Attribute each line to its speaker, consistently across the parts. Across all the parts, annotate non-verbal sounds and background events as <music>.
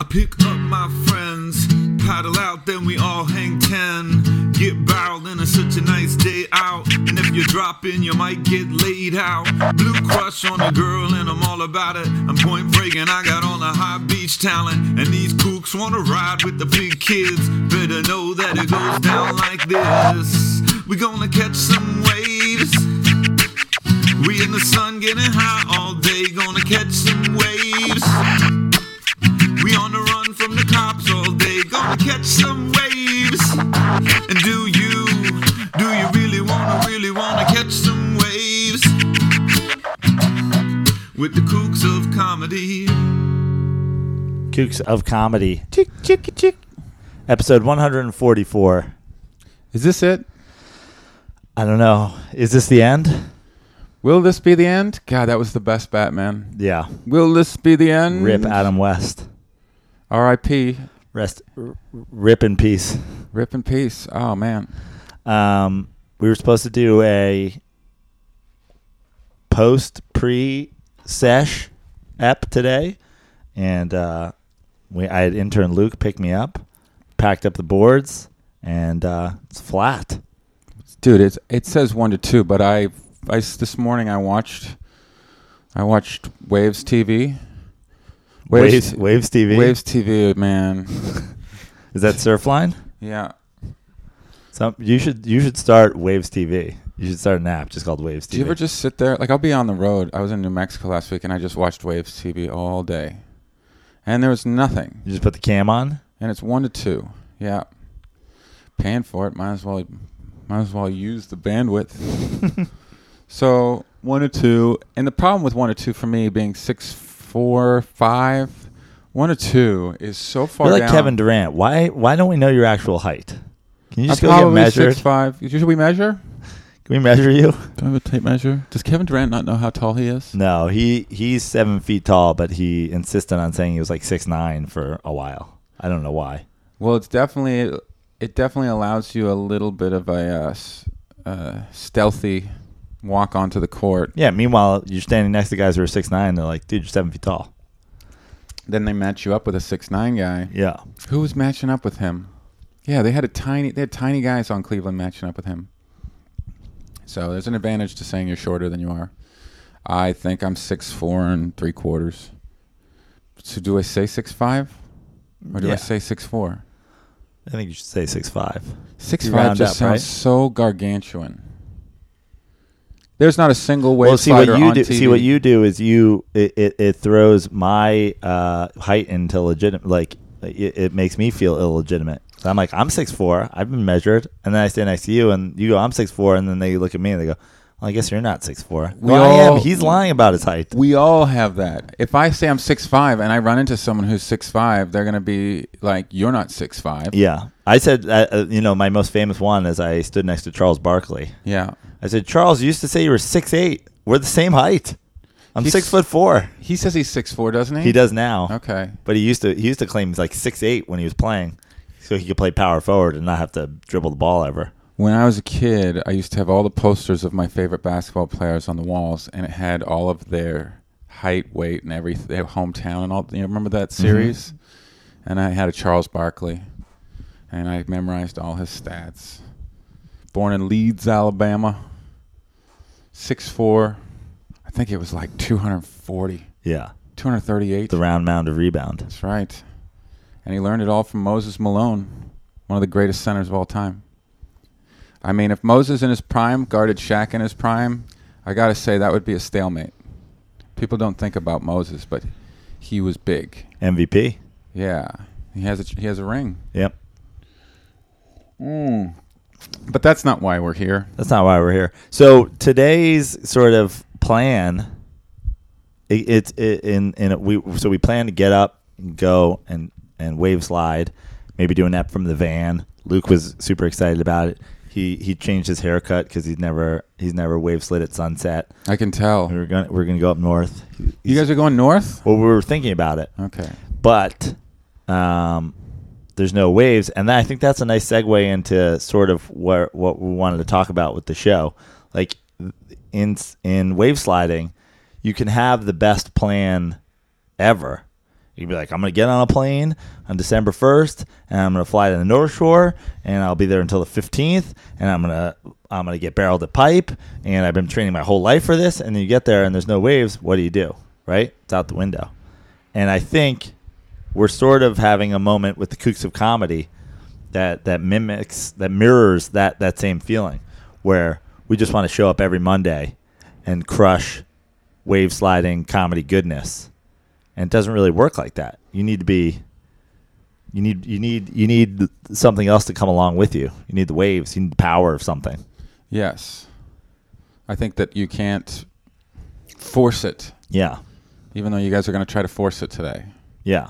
Speaker 1: I pick up my friends, paddle out, then we all hang ten. Get barreled in a such a nice day out. And if you drop in, you might get laid out. Blue crush on a girl, and I'm all about it. I'm point break, and I got all the high beach talent. And these kooks wanna ride with the big kids. Better know that it goes down like this. We gonna catch some waves. We in the sun getting high all day, gonna catch some waves. We on the run from the cops all day, gonna catch some waves. And do you, do you really wanna, really wanna catch some waves? With the kooks of comedy.
Speaker 2: Kooks of Comedy. Episode 144.
Speaker 3: Is this it?
Speaker 2: I don't know. Is this the end?
Speaker 3: Will this be the end? God, that was the best Batman.
Speaker 2: Yeah.
Speaker 3: Will this be the end?
Speaker 2: Rip Adam West.
Speaker 3: R.I.P.
Speaker 2: Rest. r- Rip in peace.
Speaker 3: Rip in peace. Oh man.
Speaker 2: Um, we were supposed to do a post pre sesh ep today, and uh, we I had intern Luke pick me up, packed up the boards, and uh, it's flat.
Speaker 3: dude it's it says one to two but i i s- this morning i watched i watched waves tv
Speaker 2: Waves, waves TV.
Speaker 3: waves tv
Speaker 2: <laughs>
Speaker 3: man
Speaker 2: Is that Surfline?
Speaker 3: yeah
Speaker 2: Some you should you should start Waves TV. You should start an app just called Waves TV.
Speaker 3: do you ever just sit there like i'll be on the road i was in new mexico last week and i just watched waves tv all day and there was nothing
Speaker 2: You just put the cam
Speaker 3: <laughs>
Speaker 2: on.
Speaker 3: and it's one to two yeah paying for it might as well might as well use the bandwidth
Speaker 2: <laughs>
Speaker 3: so one to two and the problem with one to two for me being six four five one to two is so far
Speaker 2: You're like
Speaker 3: down.
Speaker 2: Kevin Durant. Why why don't we know your actual height? Can you just
Speaker 3: I'm
Speaker 2: go get
Speaker 3: probably
Speaker 2: measured?
Speaker 3: six five should we measure
Speaker 2: Can we measure you? <laughs>
Speaker 3: do i have a tape measure does kevin durant not know how tall he is
Speaker 2: No, he he's seven feet tall, but he insisted on saying he was like six nine for a while. I don't know why.
Speaker 3: Well, it's definitely it definitely allows you a little bit of a uh, s- uh, stealthy walk onto the court.
Speaker 2: Yeah. Meanwhile, you're standing next to guys who are six nine. They're like, dude, you're seven feet tall.
Speaker 3: Then they match you up with a six nine guy.
Speaker 2: Yeah.
Speaker 3: Who was matching up with him? Yeah, they had a tiny they had tiny guys on Cleveland matching up with him. So there's an advantage to saying you're shorter than you are. I think I'm six four and three quarters. So do I say six five? Or do
Speaker 2: Yeah.
Speaker 3: I say six four?
Speaker 2: I think you should say six five.
Speaker 3: Six
Speaker 2: You
Speaker 3: five
Speaker 2: round
Speaker 3: just
Speaker 2: up,
Speaker 3: sounds
Speaker 2: right?
Speaker 3: so gargantuan. There's not a single wave
Speaker 2: well, see what
Speaker 3: slider
Speaker 2: you
Speaker 3: on
Speaker 2: do.
Speaker 3: TV.
Speaker 2: See what you do is you it, it, it throws my uh, height into legitimate. Like it, it makes me feel illegitimate. So I'm like, I'm six four. I've been measured, and then I stand next to you, and you go, I'm six four, and then they look at me and they go, Well, I guess you're not six four.
Speaker 3: We
Speaker 2: well, I am.
Speaker 3: all-
Speaker 2: He's lying about his height.
Speaker 3: We all have that. If I say I'm six five and I run into someone who's six five, they're gonna be like, "You're not six five.
Speaker 2: yeah, I said. Uh, uh, you know, my most famous one is I stood next to Charles Barkley.
Speaker 3: Yeah.
Speaker 2: I said, Charles, you used to say you were six eight. We're the same height. I'm
Speaker 3: He's-
Speaker 2: six foot four.
Speaker 3: He says he's six four, doesn't he?
Speaker 2: He does now.
Speaker 3: Okay.
Speaker 2: But he used to he used to claim he's like six eight when he was playing, so he could play power forward and not have to dribble the ball ever.
Speaker 3: When I was a kid, I used to have all the posters of my favorite basketball players on the walls, and it had all of their height, weight, and every their hometown and all. You remember that series? And I had a Charles Barkley, and I memorized all his stats. Born in Leeds, Alabama, six four. I think it was like 240,
Speaker 2: Yeah,
Speaker 3: 238.
Speaker 2: the round mound of rebound.
Speaker 3: That's right. And he learned it all from Moses Malone, one of the greatest centers of all time. I mean, if Moses in his prime guarded Shaq in his prime, I got to say that would be a stalemate. People don't think about Moses, but he was big.
Speaker 2: MVP.
Speaker 3: Yeah. He has a he has a ring.
Speaker 2: Yep,
Speaker 3: But that's not why we're here.
Speaker 2: that's not why we're here. So today's sort of plan, it- it's it, in in we so we plan to get up, and go and and wave slide, maybe do an ep from the van. Luke was super excited about it. He he changed his haircut because he's never he's never wave slid at sunset.
Speaker 3: I can tell.
Speaker 2: We're gonna we're gonna go up north.
Speaker 3: You guys are going north?
Speaker 2: Well, we were thinking about it,
Speaker 3: Okay.
Speaker 2: but um, there's no waves, and I think that's a nice segue into sort of what what we wanted to talk about with the show. Like in in wave sliding, you can have the best plan ever You'd be like, I'm gonna get on a plane on December 1st, and I'm gonna fly to the North Shore, and I'll be there until the 15th, and I'm gonna I'm gonna get barreled at pipe, and I've been training my whole life for this, and then you get there and there's no waves. What do you do? Right? It's out the window. And I think we're sort of having a moment with the kooks of comedy that that mimics that mirrors that that same feeling where we just want to show up every Monday and crush wave sliding comedy goodness. And it doesn't really work like that. You need to be you need you need you need something else to come along with you. You need the waves, you need the power of something.
Speaker 3: Yes. I think that you can't force it,
Speaker 2: Yeah.
Speaker 3: even though you guys are going to try to force it today.
Speaker 2: Yeah.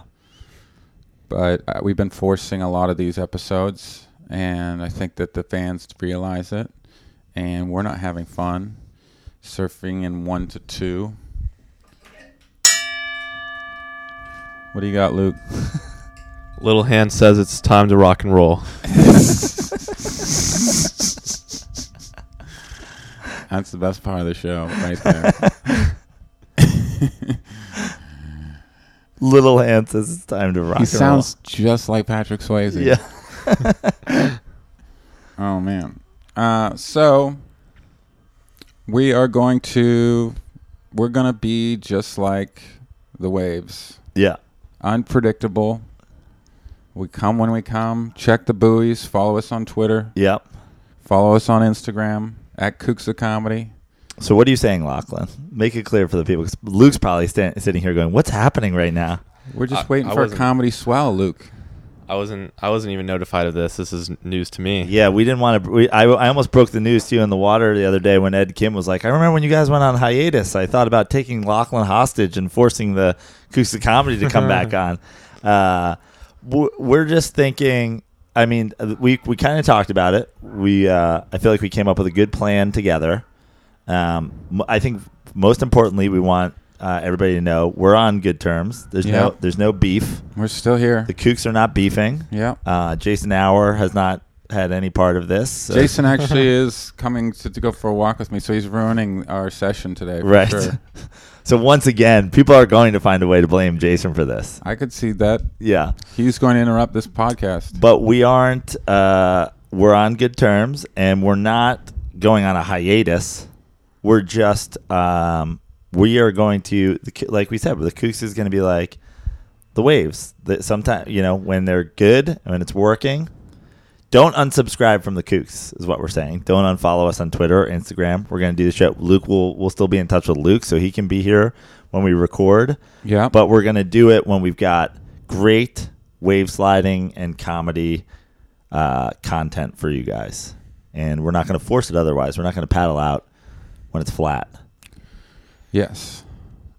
Speaker 3: But uh, we've been forcing a lot of these episodes, and I think that the fans realize it, and we're not having fun surfing in one to two. What do you got, Luke? <laughs>
Speaker 4: Little Hand says it's time to rock and roll.
Speaker 3: That's the best part of the show, right there.
Speaker 2: Little hand says it's time to rock
Speaker 3: he
Speaker 2: and
Speaker 3: sounds just like Patrick Swayze.
Speaker 2: roll. Yeah.
Speaker 3: Oh man. Uh, so we are going to we're gonna be just like the waves,
Speaker 2: Yeah.
Speaker 3: unpredictable. We come when we come. Check the buoys. Follow us on Twitter.
Speaker 2: Yep.
Speaker 3: Follow us on Instagram at Kooks of Comedy.
Speaker 2: So what are you saying, Lachlan? Make it clear for the people. 'cause Luke's probably stand, sitting here going, "What's happening right now?"
Speaker 3: We're just
Speaker 4: I-
Speaker 3: waiting
Speaker 4: I
Speaker 3: for a
Speaker 4: wasn't-
Speaker 3: comedy swell, Luke.
Speaker 4: I wasn't I wasn't even notified of this. This is news to me.
Speaker 2: Yeah, we didn't want to. We, I, I almost broke the news to you in the water the other day when Ed Kim was like, "I remember when you guys went on hiatus. I thought about taking Lachlan hostage and forcing the Kooks of Comedy to come back on." Uh, w- we're just thinking. I mean, we we kind of talked about it. We uh, I feel like we came up with a good plan together. Um, m- I think most importantly, we want uh, everybody to know we're on good terms. There's
Speaker 3: Yeah.
Speaker 2: no there's no beef.
Speaker 3: We're still here.
Speaker 2: The Kooks are not beefing.
Speaker 3: yeah.
Speaker 2: Uh, Jason Hour has not had any part of this. so- <laughs>
Speaker 3: Jason actually is coming to, to go for a walk with me, so he's ruining our session today. For
Speaker 2: right.
Speaker 3: Sure.
Speaker 2: <laughs> so once again, people are going to find a way to blame Jason for this.
Speaker 3: I could see that.
Speaker 2: Yeah,
Speaker 3: He's going to interrupt this podcast.
Speaker 2: but we aren't. Uh, we're on good terms, and we're not going on a hiatus. We're just. Um, we are going to, the K- like we said, the Kooks is going to be like the waves. That sometimes you know when they're good and when it's working. Don't unsubscribe from the Kooks is what we're saying. Don't unfollow us on Twitter or Instagram. We're going to do the show. Luke will will still be in touch with Luke, so he can be here when we record.
Speaker 3: Yeah.
Speaker 2: But we're going to do it when we've got great wave sliding and comedy uh, content for you guys. And we're not going to force it otherwise. We're not going to paddle out when it's flat.
Speaker 3: Yes.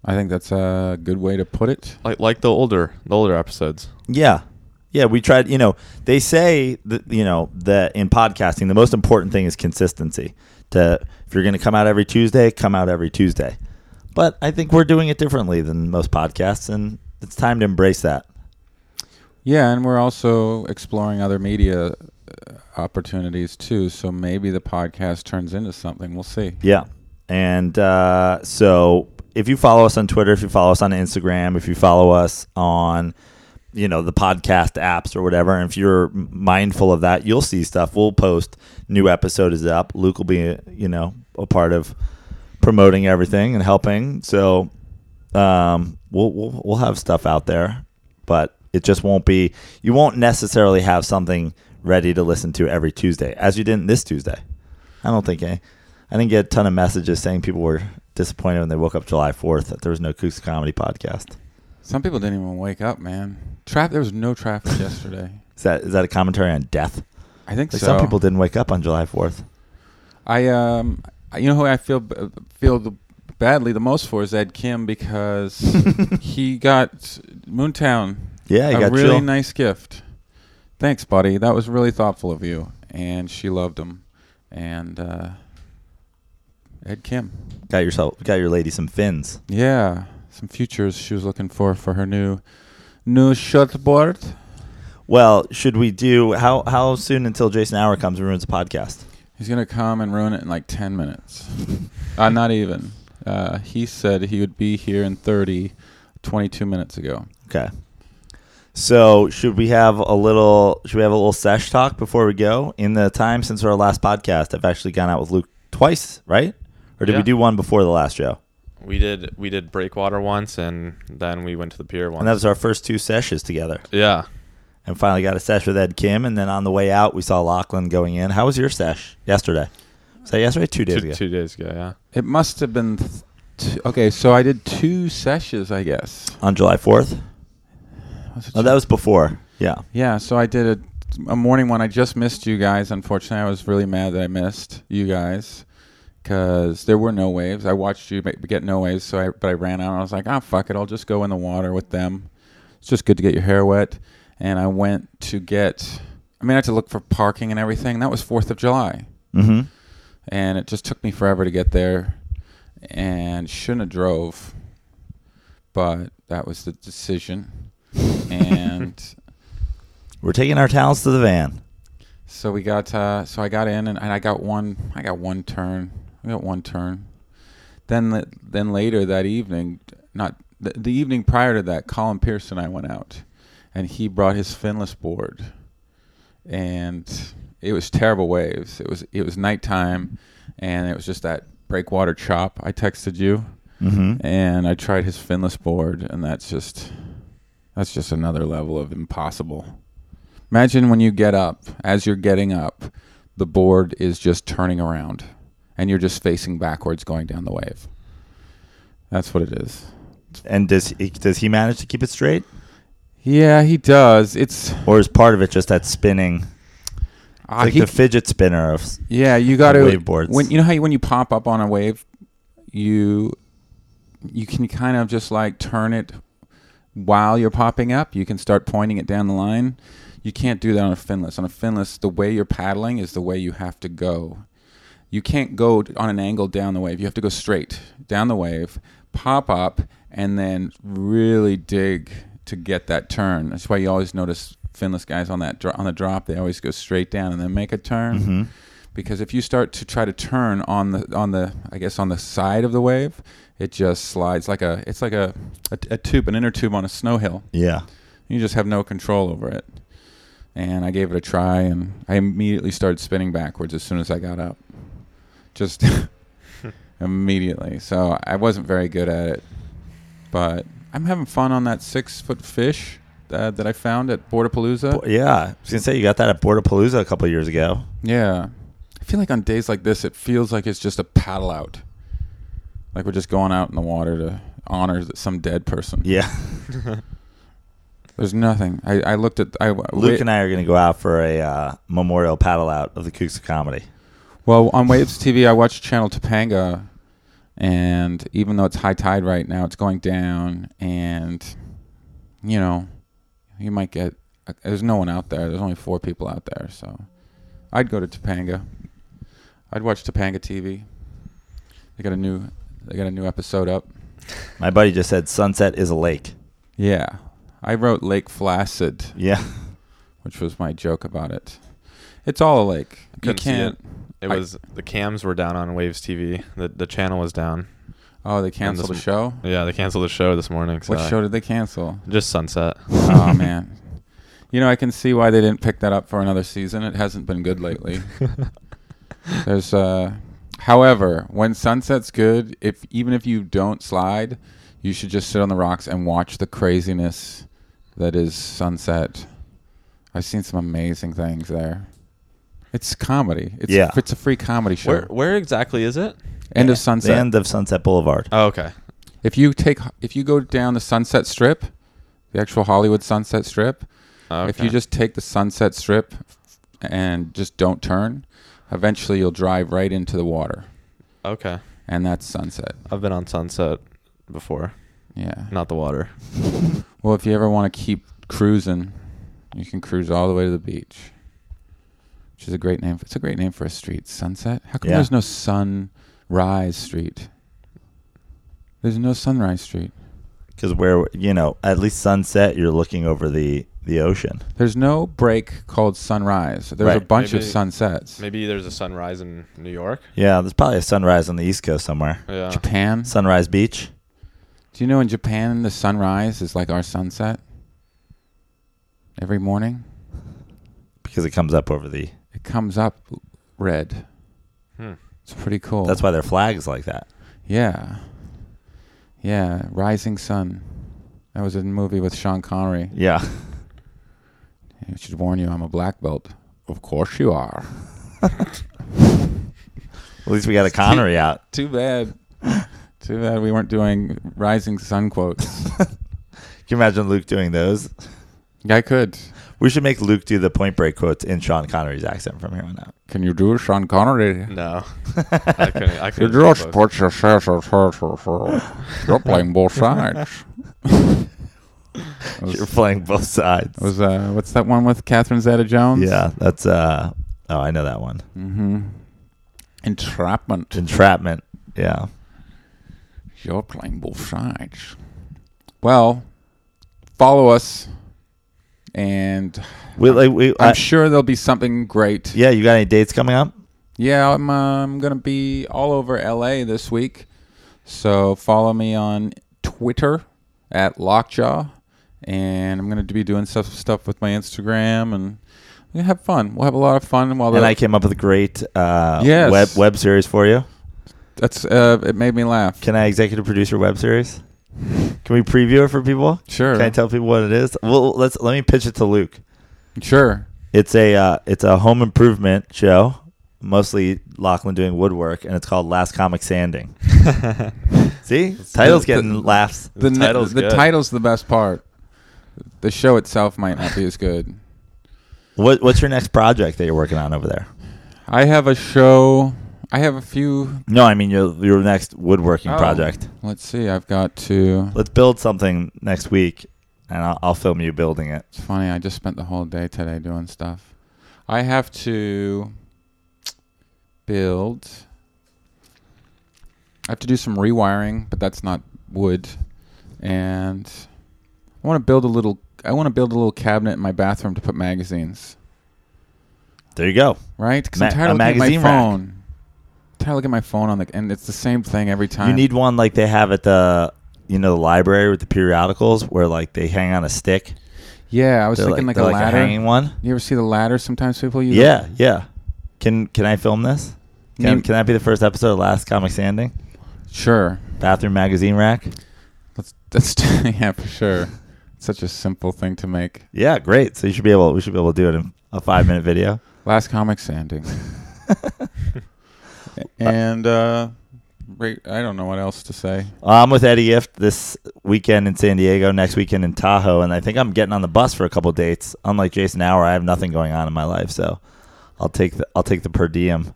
Speaker 3: I think that's a good way to put it.
Speaker 4: Like like the older the older episodes.
Speaker 2: Yeah. Yeah, we tried, you know, they say that you know, that in podcasting the most important thing is consistency. To if you're going to come out every Tuesday, come out every Tuesday. But I think we're doing it differently than most podcasts and it's time to embrace that.
Speaker 3: Yeah, and we're also exploring other media uh, opportunities too, so maybe the podcast turns into something. We'll see.
Speaker 2: Yeah. And uh, so if you follow us on Twitter, if you follow us on Instagram, if you follow us on, you know, the podcast apps or whatever, and if you're m- mindful of that, you'll see stuff. We'll post new episodes up. Luke will be, you know, a part of promoting everything and helping. So um, we'll, we'll, we'll have stuff out there, but it just won't be, you won't necessarily have something ready to listen to every Tuesday as you didn't this Tuesday. I don't think any. I didn't get a ton of messages saying people were disappointed when they woke up July 4th that there was no Kooks Comedy podcast.
Speaker 3: Some people didn't even wake up, man. Trap there was
Speaker 2: <laughs>
Speaker 3: no traffic yesterday.
Speaker 2: Is that is that a commentary on death?
Speaker 3: I think
Speaker 2: Like
Speaker 3: so.
Speaker 2: some people didn't wake up on July 4th.
Speaker 3: I um I- you know who I feel b- feel the badly the most for is Ed
Speaker 2: <laughs>
Speaker 3: Kim because he got Moontown
Speaker 2: Yeah, you
Speaker 3: a
Speaker 2: got
Speaker 3: really
Speaker 2: Jill.
Speaker 3: nice gift. Thanks, buddy. That was really thoughtful of you. And she loved him. And uh, Ed Kim.
Speaker 2: got yourself got your lady some fins.
Speaker 3: Yeah, some futures she was looking for for her new new shortboard.
Speaker 2: Well, should we do how how soon until Jason Hour comes and ruins the podcast?
Speaker 3: He's gonna come and ruin it in like ten minutes. uh, not even. Uh, he said he would be here in 30, 22 minutes ago.
Speaker 2: Okay. So should we have a little should we have a little sesh talk before we go? In the time since our last podcast, I've actually gone out with Luke twice, right? Or did we
Speaker 4: Yeah.
Speaker 2: do one before the last show?
Speaker 4: We did we did breakwater once, and then we went to the pier once.
Speaker 2: And that was our first two sessions together.
Speaker 4: yeah,
Speaker 2: And finally got a sesh with Ed Kim and then on the way out we saw Lachlan going in. How was your sesh yesterday? Was that yesterday? Two days
Speaker 4: two,
Speaker 2: ago.
Speaker 4: two days ago. Yeah,
Speaker 3: It must have been. Th- t- okay, so I did two sessions, I guess.
Speaker 2: On July fourth?
Speaker 3: Was it
Speaker 2: Oh, that was before. Yeah.
Speaker 3: Yeah, so I did a, a morning one. I just missed you guys. Unfortunately, I was really mad that I missed you guys because there were no waves. I watched you ma- get no waves, so I but I ran out. And I was like, ah, fuck it. I'll just go in the water with them. It's just good to get your hair wet. And I went to get. I mean, I had to look for parking and everything. That was Fourth of July,
Speaker 2: Mm-hmm.
Speaker 3: and it just took me forever to get there, and shouldn't have drove, but that was the decision. And
Speaker 2: We're taking our talents to the van.
Speaker 3: So we got uh, so I got in and, and I got one I got one turn I got one turn. Then the, then later that evening, not the, the evening prior to that, Colin Pearson and I went out, and he brought his finless board, and it was terrible waves. It was it was nighttime, and it was just that breakwater chop. I texted you,
Speaker 2: Mm-hmm.
Speaker 3: and I tried his finless board, and that's just that's just another level of impossible. Imagine when you get up, as you're getting up, the board is just turning around, and you're just facing backwards going down the wave. That's what it is.
Speaker 2: And does he, does he manage to keep it straight,
Speaker 3: Yeah, he does. It's
Speaker 2: or is part of it just that spinning, It's
Speaker 3: uh,
Speaker 2: like
Speaker 3: he-
Speaker 2: the figget spinner of
Speaker 3: Yeah, you got to
Speaker 2: wave boards.
Speaker 3: When you know how you, when you pop up on a wave, you you can kind of just like turn it while you're popping up. You can start pointing it down the line. You can't do that on a finless. On a finless, the way you're paddling is the way you have to go. You can't go on an angle down the wave. You have to go straight down the wave, pop up, and then really dig to get that turn. That's why you always notice finless guys on that dro- on the drop. They always go straight down and then make a turn
Speaker 2: Mhm.
Speaker 3: because if you start to try to turn on the on the I guess on the side of the wave, it just slides like a it's like a a, a tube an inner tube on a snow hill.
Speaker 2: yeah.
Speaker 3: You just have no control over it. And I gave it a try, and I immediately started spinning backwards as soon as I got up, just <laughs> immediately. So I wasn't very good at it, but I'm having fun on that six foot fish uh, that I found at Borderpalooza.
Speaker 4: Uh,
Speaker 2: Bo- Yeah, I was gonna say you got that at Borderpalooza a couple years ago.
Speaker 3: Yeah. I feel like on days like this, it feels like it's just a paddle out. Like we're just going out in the water to honor th- some dead person.
Speaker 2: Yeah, <laughs>
Speaker 3: There's nothing. I, I looked at. I,
Speaker 2: Luke and I are gonna go out for a uh, memorial paddle out of the Kooks of Comedy.
Speaker 3: Well, on Waves TV, I watch Channel Topanga, and even though it's high tide right now, it's going down, and you know, you might get. There's no one out there. There's only four people out there, so I'd go to Topanga. I'd watch Topanga TV. They got a new. They got a new episode up.
Speaker 2: My buddy just said sunset is a lake.
Speaker 3: Yeah, I wrote Lake Flaccid,
Speaker 2: Yeah,
Speaker 3: which was my joke about it. It's all a lake. You
Speaker 4: Couldn't see it.
Speaker 3: can't.
Speaker 4: it
Speaker 3: I-
Speaker 4: was the cams were down on Waves TV. The the channel was down.
Speaker 3: Oh, they canceled the
Speaker 4: this-
Speaker 3: show.
Speaker 4: Yeah, they canceled the show this morning. So
Speaker 3: What
Speaker 4: I-
Speaker 3: show did they cancel?
Speaker 4: Just sunset.
Speaker 3: oh man you know i can see why they didn't pick that up for another season it hasn't been good lately there's uh however when sunset's good if even if you don't slide you should just sit on the rocks and watch the craziness that is sunset i've seen some amazing things there it's comedy it's
Speaker 2: Yeah.
Speaker 3: it's a free comedy show
Speaker 4: Where where exactly is it?
Speaker 3: end of
Speaker 2: the
Speaker 3: sunset
Speaker 2: end of Sunset Boulevard.
Speaker 4: Oh, okay.
Speaker 3: if you take if you go down the sunset strip the actual hollywood sunset strip
Speaker 4: Oh,
Speaker 3: If
Speaker 4: okay.
Speaker 3: you just take the Sunset Strip and just don't turn, eventually you'll drive right into the water,
Speaker 4: okay,
Speaker 3: and that's Sunset.
Speaker 4: I've been on sunset before,
Speaker 3: Yeah.
Speaker 4: not the water.
Speaker 3: Well, if you ever want to keep cruising, you can cruise all the way to the beach, which is a great name. It's a great name for a street, Sunset. How come
Speaker 2: Yeah.
Speaker 3: there's no Sunrise Street? There's no Sunrise Street.
Speaker 2: Because where you know, at least sunset, you're looking over the the ocean.
Speaker 3: There's no break called Sunrise. There's a
Speaker 2: Right.
Speaker 3: bunch of
Speaker 4: Maybe-
Speaker 3: sunsets.
Speaker 4: Maybe there's a sunrise in New York.
Speaker 2: Yeah, there's probably a sunrise on the East Coast somewhere.
Speaker 4: Yeah.
Speaker 3: Japan.
Speaker 2: Sunrise Beach.
Speaker 3: Do you know in Japan the sunrise is like our sunset? Every morning
Speaker 2: because it comes up over the.
Speaker 3: it comes up red.
Speaker 4: Hmm.
Speaker 3: It's pretty cool.
Speaker 2: That's why their flag's like that.
Speaker 3: Yeah. Yeah, Rising Sun. That was a movie with Sean Connery.
Speaker 2: Yeah.
Speaker 3: I should warn you, I'm a black belt. Of course you are.
Speaker 2: At least we
Speaker 3: <laughs>
Speaker 2: got a Connery out.
Speaker 3: <laughs> Too bad. <laughs> Too bad we weren't doing Rising Sun quotes. <laughs>
Speaker 2: Can you imagine Luke doing those?
Speaker 3: I could.
Speaker 2: We should make Luke do the Point Break quotes in Sean Connery's accent from here on out.
Speaker 3: Can you do Sean Connery?
Speaker 4: No, <laughs> I couldn't. I
Speaker 3: You
Speaker 4: couldn't. do
Speaker 3: just
Speaker 4: both.
Speaker 3: put your shirt on her- her- her. <laughs> You're playing both sides. It was,
Speaker 2: You're playing both sides.
Speaker 3: it was, uh, what's that one with Catherine Zeta-Jones?
Speaker 2: yeah, that's uh. Oh, I know that one.
Speaker 3: Mm-hmm. Entrapment.
Speaker 2: Entrapment. Yeah.
Speaker 3: You're playing both sides. Well, follow us, and
Speaker 2: We like we.
Speaker 3: I'm
Speaker 2: I-
Speaker 3: sure there'll be something great.
Speaker 2: yeah, you got any dates coming up?
Speaker 3: Yeah, I'm um, gonna be all over LA this week, so follow me on Twitter at Lockjaw, and I'm gonna be doing stuff stuff with my Instagram, and we have fun. We'll have a lot of fun while
Speaker 2: and
Speaker 3: the-
Speaker 2: I came up with a great uh,
Speaker 3: Yes.
Speaker 2: web web series for you.
Speaker 3: that's uh, it made me laugh.
Speaker 2: Can I executive produce your web series? Can we preview it for people?
Speaker 3: Sure,
Speaker 2: Can I tell people what it is? Well, let's let me pitch it to Luke.
Speaker 3: sure.
Speaker 2: It's a uh, it's a home improvement show, mostly Lachlan doing woodwork, and it's called Last Comic Standing. See, title's
Speaker 3: the-
Speaker 2: getting laughs.
Speaker 3: the,
Speaker 4: The
Speaker 3: ne-
Speaker 4: title's
Speaker 3: the
Speaker 4: good.
Speaker 3: title's the best part. The show itself might not be as good.
Speaker 2: What what's your next project that you're working on over there?
Speaker 3: I have a show. I have a few.
Speaker 2: No, I mean your your next woodworking
Speaker 3: Oh.
Speaker 2: project.
Speaker 3: Let's see. I've got to.
Speaker 2: Let's build something next week, and I'll, I'll film you building it.
Speaker 3: It's funny. I just spent the whole day today doing stuff. I have to build. I have to do some rewiring, but that's not wood. And I want to build a little. I want to build a little cabinet in my bathroom to put magazines.
Speaker 2: There you go.
Speaker 3: right? Because
Speaker 2: Ma-
Speaker 3: I'm tired
Speaker 2: a
Speaker 3: of looking at my
Speaker 2: magazine rack.
Speaker 3: phone. tired of looking at my phone on the, and it's the same thing every time.
Speaker 2: You need one like they have at the you know the library with the periodicals where like they hang on a stick.
Speaker 3: yeah. I was
Speaker 2: They're
Speaker 3: thinking like,
Speaker 2: they're
Speaker 3: a ladder.
Speaker 2: hanging one.
Speaker 3: you ever see the ladder? Sometimes people use.
Speaker 2: Yeah, yeah. Can can I film this? Can,
Speaker 3: Me-
Speaker 2: can that be the first episode of Last Comic Standing?
Speaker 3: Sure.
Speaker 2: Bathroom magazine rack.
Speaker 3: Let's. That's <laughs> yeah for sure. It's such a simple thing to make.
Speaker 2: Yeah, great. So you should be able. We should be able to do it in a five minute video.
Speaker 3: Last comic standing. and uh, re- I don't know what else to say.
Speaker 2: Uh, I'm with Eddie Ift this weekend in San Diego, next weekend in Tahoe, and I think I'm getting on the bus for a couple dates. Unlike Jason Hour, I have nothing going on in my life, so I'll take the I'll take the per diem,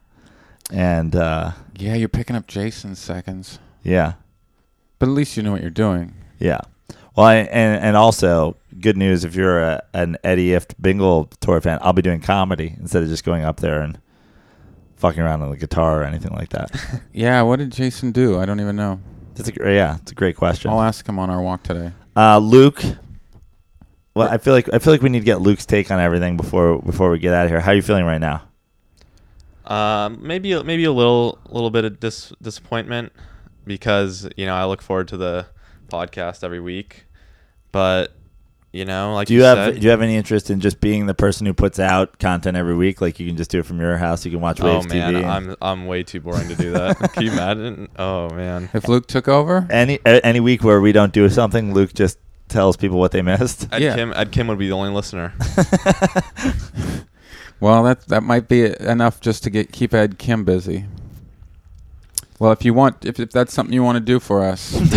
Speaker 2: and uh,
Speaker 3: Yeah, you're picking up Jason's seconds,
Speaker 2: yeah,
Speaker 3: but at least you know what you're doing.
Speaker 2: yeah. Well, I, and and also good news if you're a, an Eddie Ift Bingle tour fan, I'll be doing comedy instead of just going up there and fucking around on the guitar or anything like that.
Speaker 3: Yeah. What did Jason do? I don't even know.
Speaker 2: That's a gr- yeah, it's a great question.
Speaker 3: I'll ask him on our walk today.
Speaker 2: Uh, Luke. Well, I feel like I feel like we need to get Luke's take on everything before before we get out of here. How are you feeling right now?
Speaker 4: <laughs> Um, maybe maybe a little little bit of dis- disappointment because you know I look forward to the podcast every week, but you know, like
Speaker 2: Do you have
Speaker 4: said,
Speaker 2: do you have any interest in just being the person who puts out content every week? Like you can just do it from your house. You can watch
Speaker 4: oh
Speaker 2: Waves
Speaker 4: man,
Speaker 2: TV. and-
Speaker 4: I'm I'm way too boring to do that. <laughs> Can you imagine? Oh man,
Speaker 3: If Luke took over,
Speaker 2: any a- any week where we don't do something, Luke just tells people what they missed.
Speaker 4: Ed
Speaker 3: Yeah.
Speaker 4: Kim Ed Kim would be the only listener.
Speaker 2: <laughs>
Speaker 3: well, that that might be enough just to get keep Ed Kim busy. Well, if you want, if, if that's something you want to do for us,
Speaker 4: <laughs>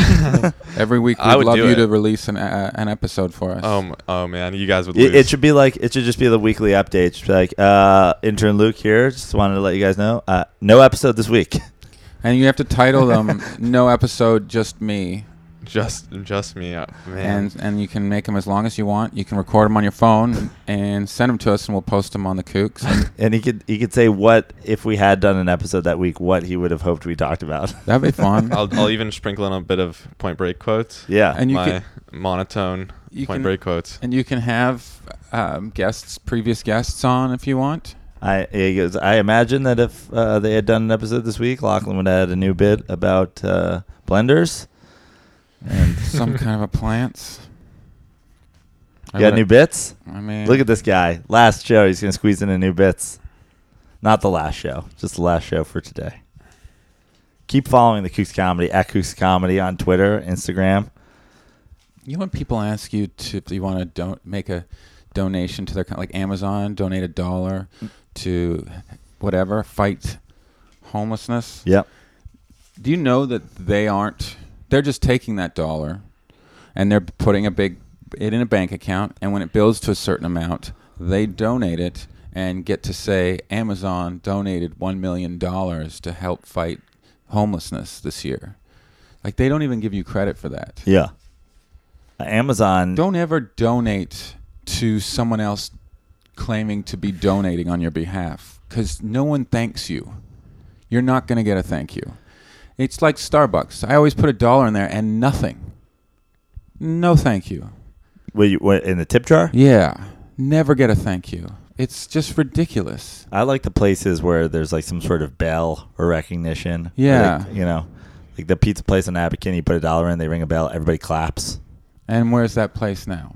Speaker 3: every week
Speaker 4: I
Speaker 3: we'd
Speaker 4: would
Speaker 3: love
Speaker 4: do
Speaker 3: you
Speaker 4: it.
Speaker 3: to release an uh, an episode for us.
Speaker 4: Oh m- oh man, you guys would lose.
Speaker 2: <laughs> It, it should be like it should just be the weekly update. It should be like uh, intern Luke here. Just wanted to let you guys know uh, no episode this week. <laughs>
Speaker 3: and you have to title
Speaker 4: <laughs>
Speaker 3: them "No Episode, Just Me,"
Speaker 4: just just me, uh, man.
Speaker 3: and and you can make them as long as you want. You can record them on your phone and send them to us, and we'll post them on the
Speaker 4: <laughs>
Speaker 3: Kooks.
Speaker 2: And he could he could say what if we had done an episode that week, what he would have hoped we talked about. <laughs>
Speaker 3: That'd be fun.
Speaker 4: I'll I'll even sprinkle in a bit of Point Break quotes.
Speaker 2: yeah.
Speaker 3: and you
Speaker 4: my
Speaker 3: can
Speaker 4: monotone
Speaker 3: you
Speaker 4: Point
Speaker 3: can-
Speaker 4: Break quotes.
Speaker 3: and you can have um, guests, previous guests on if you want.
Speaker 2: I it goes, I imagine that if uh, they had done an episode this week, Lachlan would have had a new bit about uh, blenders,
Speaker 3: and some kind
Speaker 4: <laughs>
Speaker 3: of a plants.
Speaker 2: You got new bits?
Speaker 3: I mean,
Speaker 2: Look at this guy. Last show, he's gonna squeeze in a new bits. Not the last show, just the last show for today. Keep following the Kooks Comedy at Kooks Comedy on Twitter, Instagram.
Speaker 3: You know when people ask you to, if you want to don't make a donation to their co- like Amazon, donate a dollar to whatever, fight homelessness.
Speaker 2: Yep.
Speaker 3: Do you know that they aren't? They're just taking that dollar, and they're putting a big it in a bank account, and when it builds to a certain amount, they donate it and get to say Amazon donated one million dollars to help fight homelessness this year. Like they don't even give you credit for that.
Speaker 2: Yeah. Amazon.
Speaker 3: Don't ever donate to someone else claiming to be donating on your behalf because no one thanks you. You're not going to get a thank you. It's like Starbucks. I always put a dollar in there and nothing. No thank you.
Speaker 2: Wait, you, what, in the tip jar?
Speaker 3: Yeah. Never get a thank you. It's just ridiculous.
Speaker 2: I like the places where there's like some sort of bell or recognition.
Speaker 3: Yeah.
Speaker 2: Like, you know, like the pizza place on Abakin, you put a dollar in, they ring a bell, everybody claps.
Speaker 3: And where's that place now?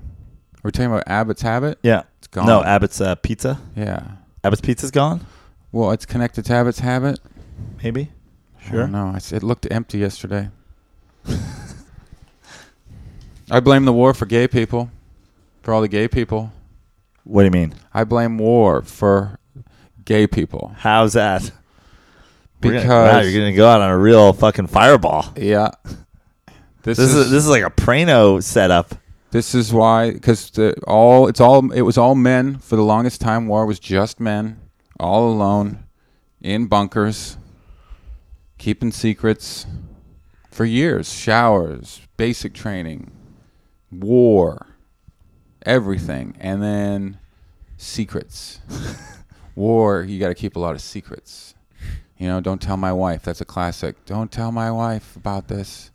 Speaker 3: We're talking about Abbott's Habit?
Speaker 2: Yeah.
Speaker 3: It's gone.
Speaker 2: No, Abbott's uh, Pizza.
Speaker 3: Yeah.
Speaker 2: Abbott's Pizza's gone,
Speaker 3: Well, it's connected to Abbott's Habit.
Speaker 2: maybe?
Speaker 3: I don't know. I s- It looked empty yesterday. <laughs> I blame the war for gay people, for all the gay people.
Speaker 2: What do you mean?
Speaker 3: I blame war for gay people
Speaker 2: How's that? We're
Speaker 3: because
Speaker 2: gonna, wow, you're going to go out on a real fucking fireball.
Speaker 3: yeah, this,
Speaker 2: This is, this is like a Prano setup.
Speaker 3: This is why, because all it's all it was all men for the longest time. War was just men, all alone, in bunkers, keeping secrets for years. Showers, basic training, war, everything, and then secrets. <laughs> war, you got to keep a lot of secrets. You know, don't tell my wife. That's a classic. Don't tell my wife about this.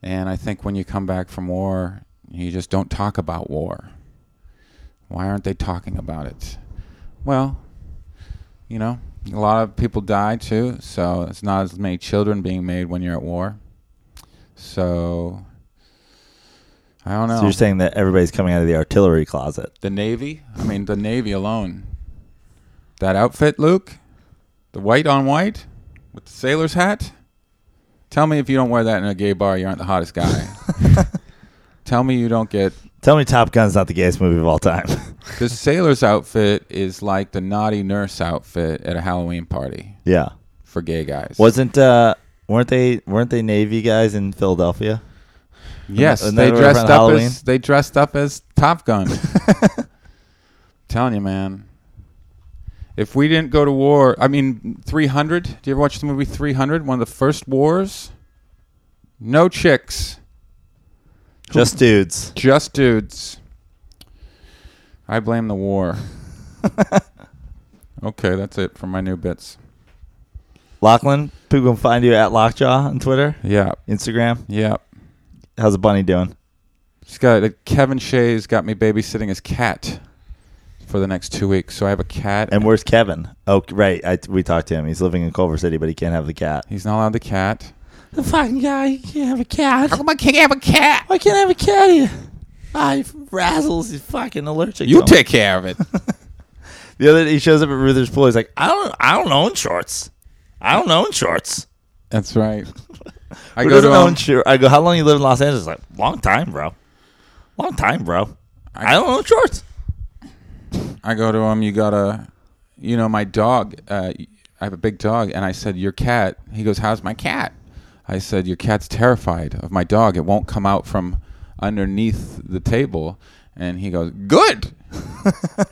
Speaker 3: And I think when you come back from war, you just don't talk about war. Why aren't they talking about it? Well, you know, a lot of people die too, so it's not as many children being made when you're at war. So I don't know.
Speaker 2: So you're saying that everybody's coming out of the artillery <laughs> closet.
Speaker 3: The Navy. I mean, the Navy alone. That outfit, Luke. The white on white with the sailor's hat. Tell me if you don't wear that in a gay bar, you aren't the
Speaker 2: <laughs>
Speaker 3: hottest guy. Tell me you don't get.
Speaker 2: Tell me Top Gun's not the gayest movie of all <laughs> time.
Speaker 3: The sailor's outfit is like the naughty nurse outfit at a Halloween party
Speaker 2: yeah.
Speaker 3: for gay guys.
Speaker 2: Wasn't uh weren't they weren't they Navy guys in <laughs> Philadelphia?
Speaker 3: Yes,
Speaker 2: Isn't that
Speaker 3: they
Speaker 2: what we were
Speaker 3: dressed up
Speaker 2: for Halloween?
Speaker 3: as they dressed up as Top Gun. Telling you, man. If we didn't go to war, I mean, 300. Do you ever watch the movie 300? One of the first wars. No chicks,
Speaker 2: Just dudes.
Speaker 3: just dudes. I blame the war. <laughs> okay, that's it for my new bits.
Speaker 2: Lachlan, people can find you at Lockjaw on Twitter,
Speaker 3: Yeah,
Speaker 2: Instagram.
Speaker 3: yeah.
Speaker 2: How's the bunny doing?
Speaker 3: He's got uh, Kevin Shay's got me babysitting his cat for the next two weeks. So I have a cat
Speaker 2: And where's Kevin? Oh, right. I, we talked to him. He's living in Culver City, but he can't have the cat.
Speaker 3: He's not allowed the cat.
Speaker 2: The fucking guy can't have a cat.
Speaker 3: I can't have a cat?
Speaker 2: Why can't I have a cat here? I razzles. He's fucking allergic.
Speaker 3: You
Speaker 2: to 'em.
Speaker 3: take care of it.
Speaker 2: The other day he shows up at Ruther's pool. He's like, I don't, I don't own shorts. I don't own shorts.
Speaker 3: That's right.
Speaker 2: <laughs>
Speaker 3: I
Speaker 2: Who
Speaker 3: go
Speaker 2: doesn't
Speaker 3: to um,
Speaker 2: own
Speaker 3: him.
Speaker 2: shorts? I go, how long you live in Los Angeles? Like, long time, bro. Long time, bro. I, don't own shorts.
Speaker 3: I go to him. You gotta, you know, my dog. Uh, I have a big dog, and I said your cat. He goes, "How's my cat?" I said, "Your cat's terrified of my dog. It won't come out from underneath the table." And he goes,
Speaker 2: <laughs>
Speaker 3: "Good.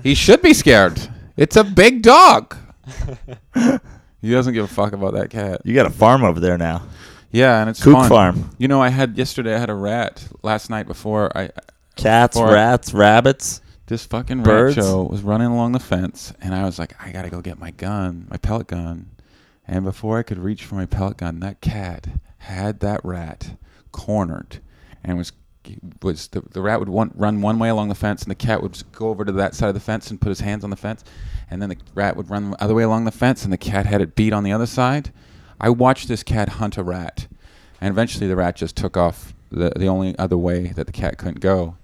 Speaker 3: he should be scared. It's a big
Speaker 2: <laughs>
Speaker 3: dog." he doesn't give a fuck about that cat.
Speaker 2: You got a farm over there now.
Speaker 3: Yeah, and it's
Speaker 2: Kook
Speaker 3: fun.
Speaker 2: farm.
Speaker 3: You know, I had yesterday. I had a rat last night before. I
Speaker 2: Cats,
Speaker 3: Farm.
Speaker 2: rats, rabbits.
Speaker 3: this fucking
Speaker 2: Birds?
Speaker 3: rat show was running along the fence, and I was like, I gotta go get my gun, my pellet gun. And before I could reach for my pellet gun, that cat had that rat cornered, and was was the, the rat would one, run one way along the fence, and the cat would just go over to that side of the fence and put his hands on the fence, and then the rat would run the other way along the fence, and the cat had it beat on the other side. I watched this cat hunt a rat, And eventually the rat just took off the, the only other way that the cat couldn't go.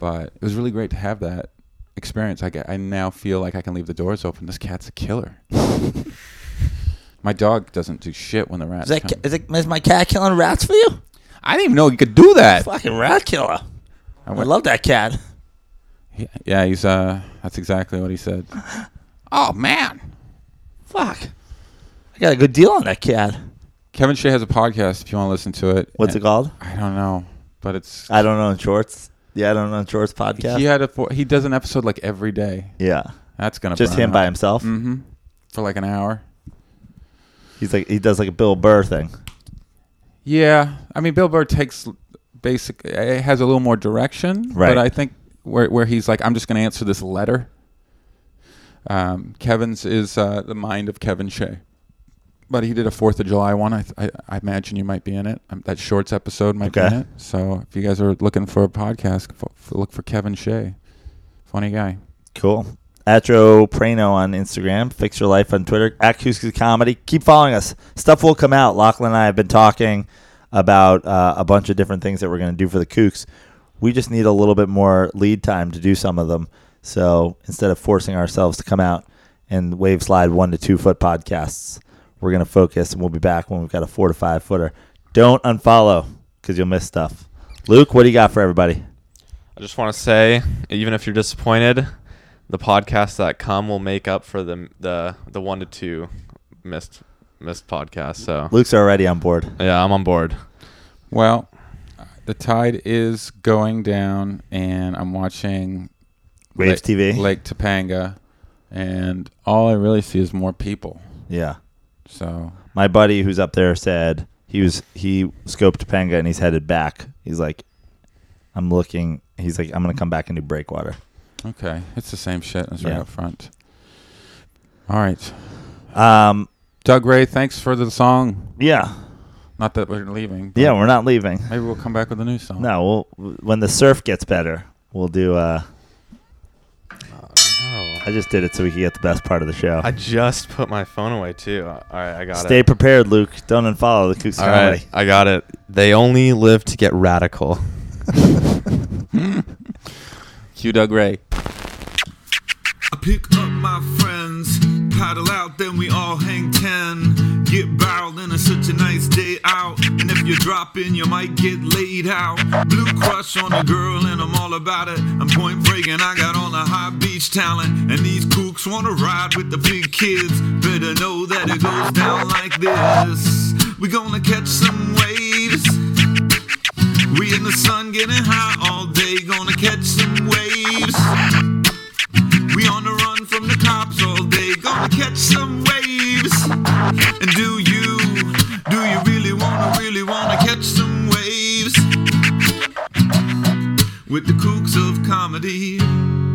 Speaker 3: But it was really great to have that experience. I, get, I now feel like I can leave the doors open. This cat's
Speaker 5: <laughs>
Speaker 3: a killer. My dog doesn't do shit when the
Speaker 5: Is
Speaker 3: rat's
Speaker 5: that
Speaker 3: come.
Speaker 5: ca- is, it, is my cat killing rats for you?
Speaker 3: I didn't even know you could do that.
Speaker 5: Fucking rat killer.
Speaker 3: I
Speaker 5: I
Speaker 3: went-
Speaker 5: love that cat.
Speaker 3: He- yeah, he's uh that's exactly what he
Speaker 5: <laughs>
Speaker 3: said. oh man.
Speaker 5: Fuck. I got a good deal on that cat.
Speaker 3: Kevin Shea has a podcast if you want to listen to it.
Speaker 2: What's it called?
Speaker 3: I don't know, but it's
Speaker 2: I don't know in shorts. Yeah, I don't know in shorts podcast.
Speaker 3: he had a four, he does an episode like every day.
Speaker 2: yeah.
Speaker 3: That's going to
Speaker 2: Just him by himself.
Speaker 3: hmm For like an hour.
Speaker 2: He's like he does like a Bill Burr thing.
Speaker 3: Yeah, I mean Bill Burr takes l- basic eh, it has a little more direction,
Speaker 2: Right.
Speaker 3: but I think where where he's like I'm just going to answer this letter. Um, Kevin's is uh, the mind of Kevin Shea. But he did a Fourth of July one. I, th- I, I imagine you might be in it. Um, that shorts episode might be
Speaker 2: Okay.
Speaker 3: in it. So if you guys are looking for a podcast, f- f- look for Kevin Shea. Funny guy.
Speaker 2: Cool. Atro Prano on Instagram. Fix your life on Twitter. At Couscous Comedy. Keep following us. Stuff will come out. Lachlan and I have been talking about uh, a bunch of different things that we're going to do for the Kooks. We just need a little bit more lead time to do some of them. So instead of forcing ourselves to come out and wave slide one to two foot podcasts, we're going to focus and we'll be back when we've got a four to five footer. Don't unfollow because you'll miss stuff. Luke, what do you got for everybody?
Speaker 4: I just want to say, even if you're disappointed, the podcast that come will make up for the the the one to two missed missed podcast. So
Speaker 2: Luke's already on board.
Speaker 4: yeah, I'm on board.
Speaker 3: Well, the tide is going down, and I'm watching
Speaker 2: Waves
Speaker 3: Lake,
Speaker 2: TV.
Speaker 3: Lake Topanga, and all I really see is more people.
Speaker 2: Yeah.
Speaker 3: So
Speaker 2: my buddy who's up there said he was he scoped Topanga and he's headed back. He's like, I'm looking. He's like, I'm gonna come back and do breakwater.
Speaker 3: okay, it's the same shit as right
Speaker 2: Yeah.
Speaker 3: up front. All right,
Speaker 2: Um,
Speaker 3: Doug Ray, thanks for the song.
Speaker 2: yeah,
Speaker 3: Not that we're leaving. but
Speaker 2: yeah, we're not leaving.
Speaker 3: Maybe we'll come back with a new song.
Speaker 2: No, we'll, when the surf gets better, we'll do. Uh,
Speaker 3: Oh.
Speaker 2: I just did it so we could get the best part of the show.
Speaker 4: I just put my phone away too. All right, I got
Speaker 2: Stay
Speaker 4: it.
Speaker 2: prepared, Luke. Don't unfollow the Kooks
Speaker 4: All
Speaker 2: comedy.
Speaker 4: right, I got it. They only live to get radical.
Speaker 3: Cue Doug Ray.
Speaker 1: I pick up my friends, paddle out, then we all hang ten. Get barreled in a such a nice day out. And if you drop in, you might get laid out. Blue crush on a girl, and I'm all about it. I'm point break, and I got on a high beach talent. And these kooks wanna ride with the big kids. Better know that it goes down like this. We gonna catch some waves. We in the sun getting high all day, gonna catch some waves. We on the run from the cops all day, gonna catch some waves. And do you, do you really wanna, really wanna catch some waves? With the kooks of comedy.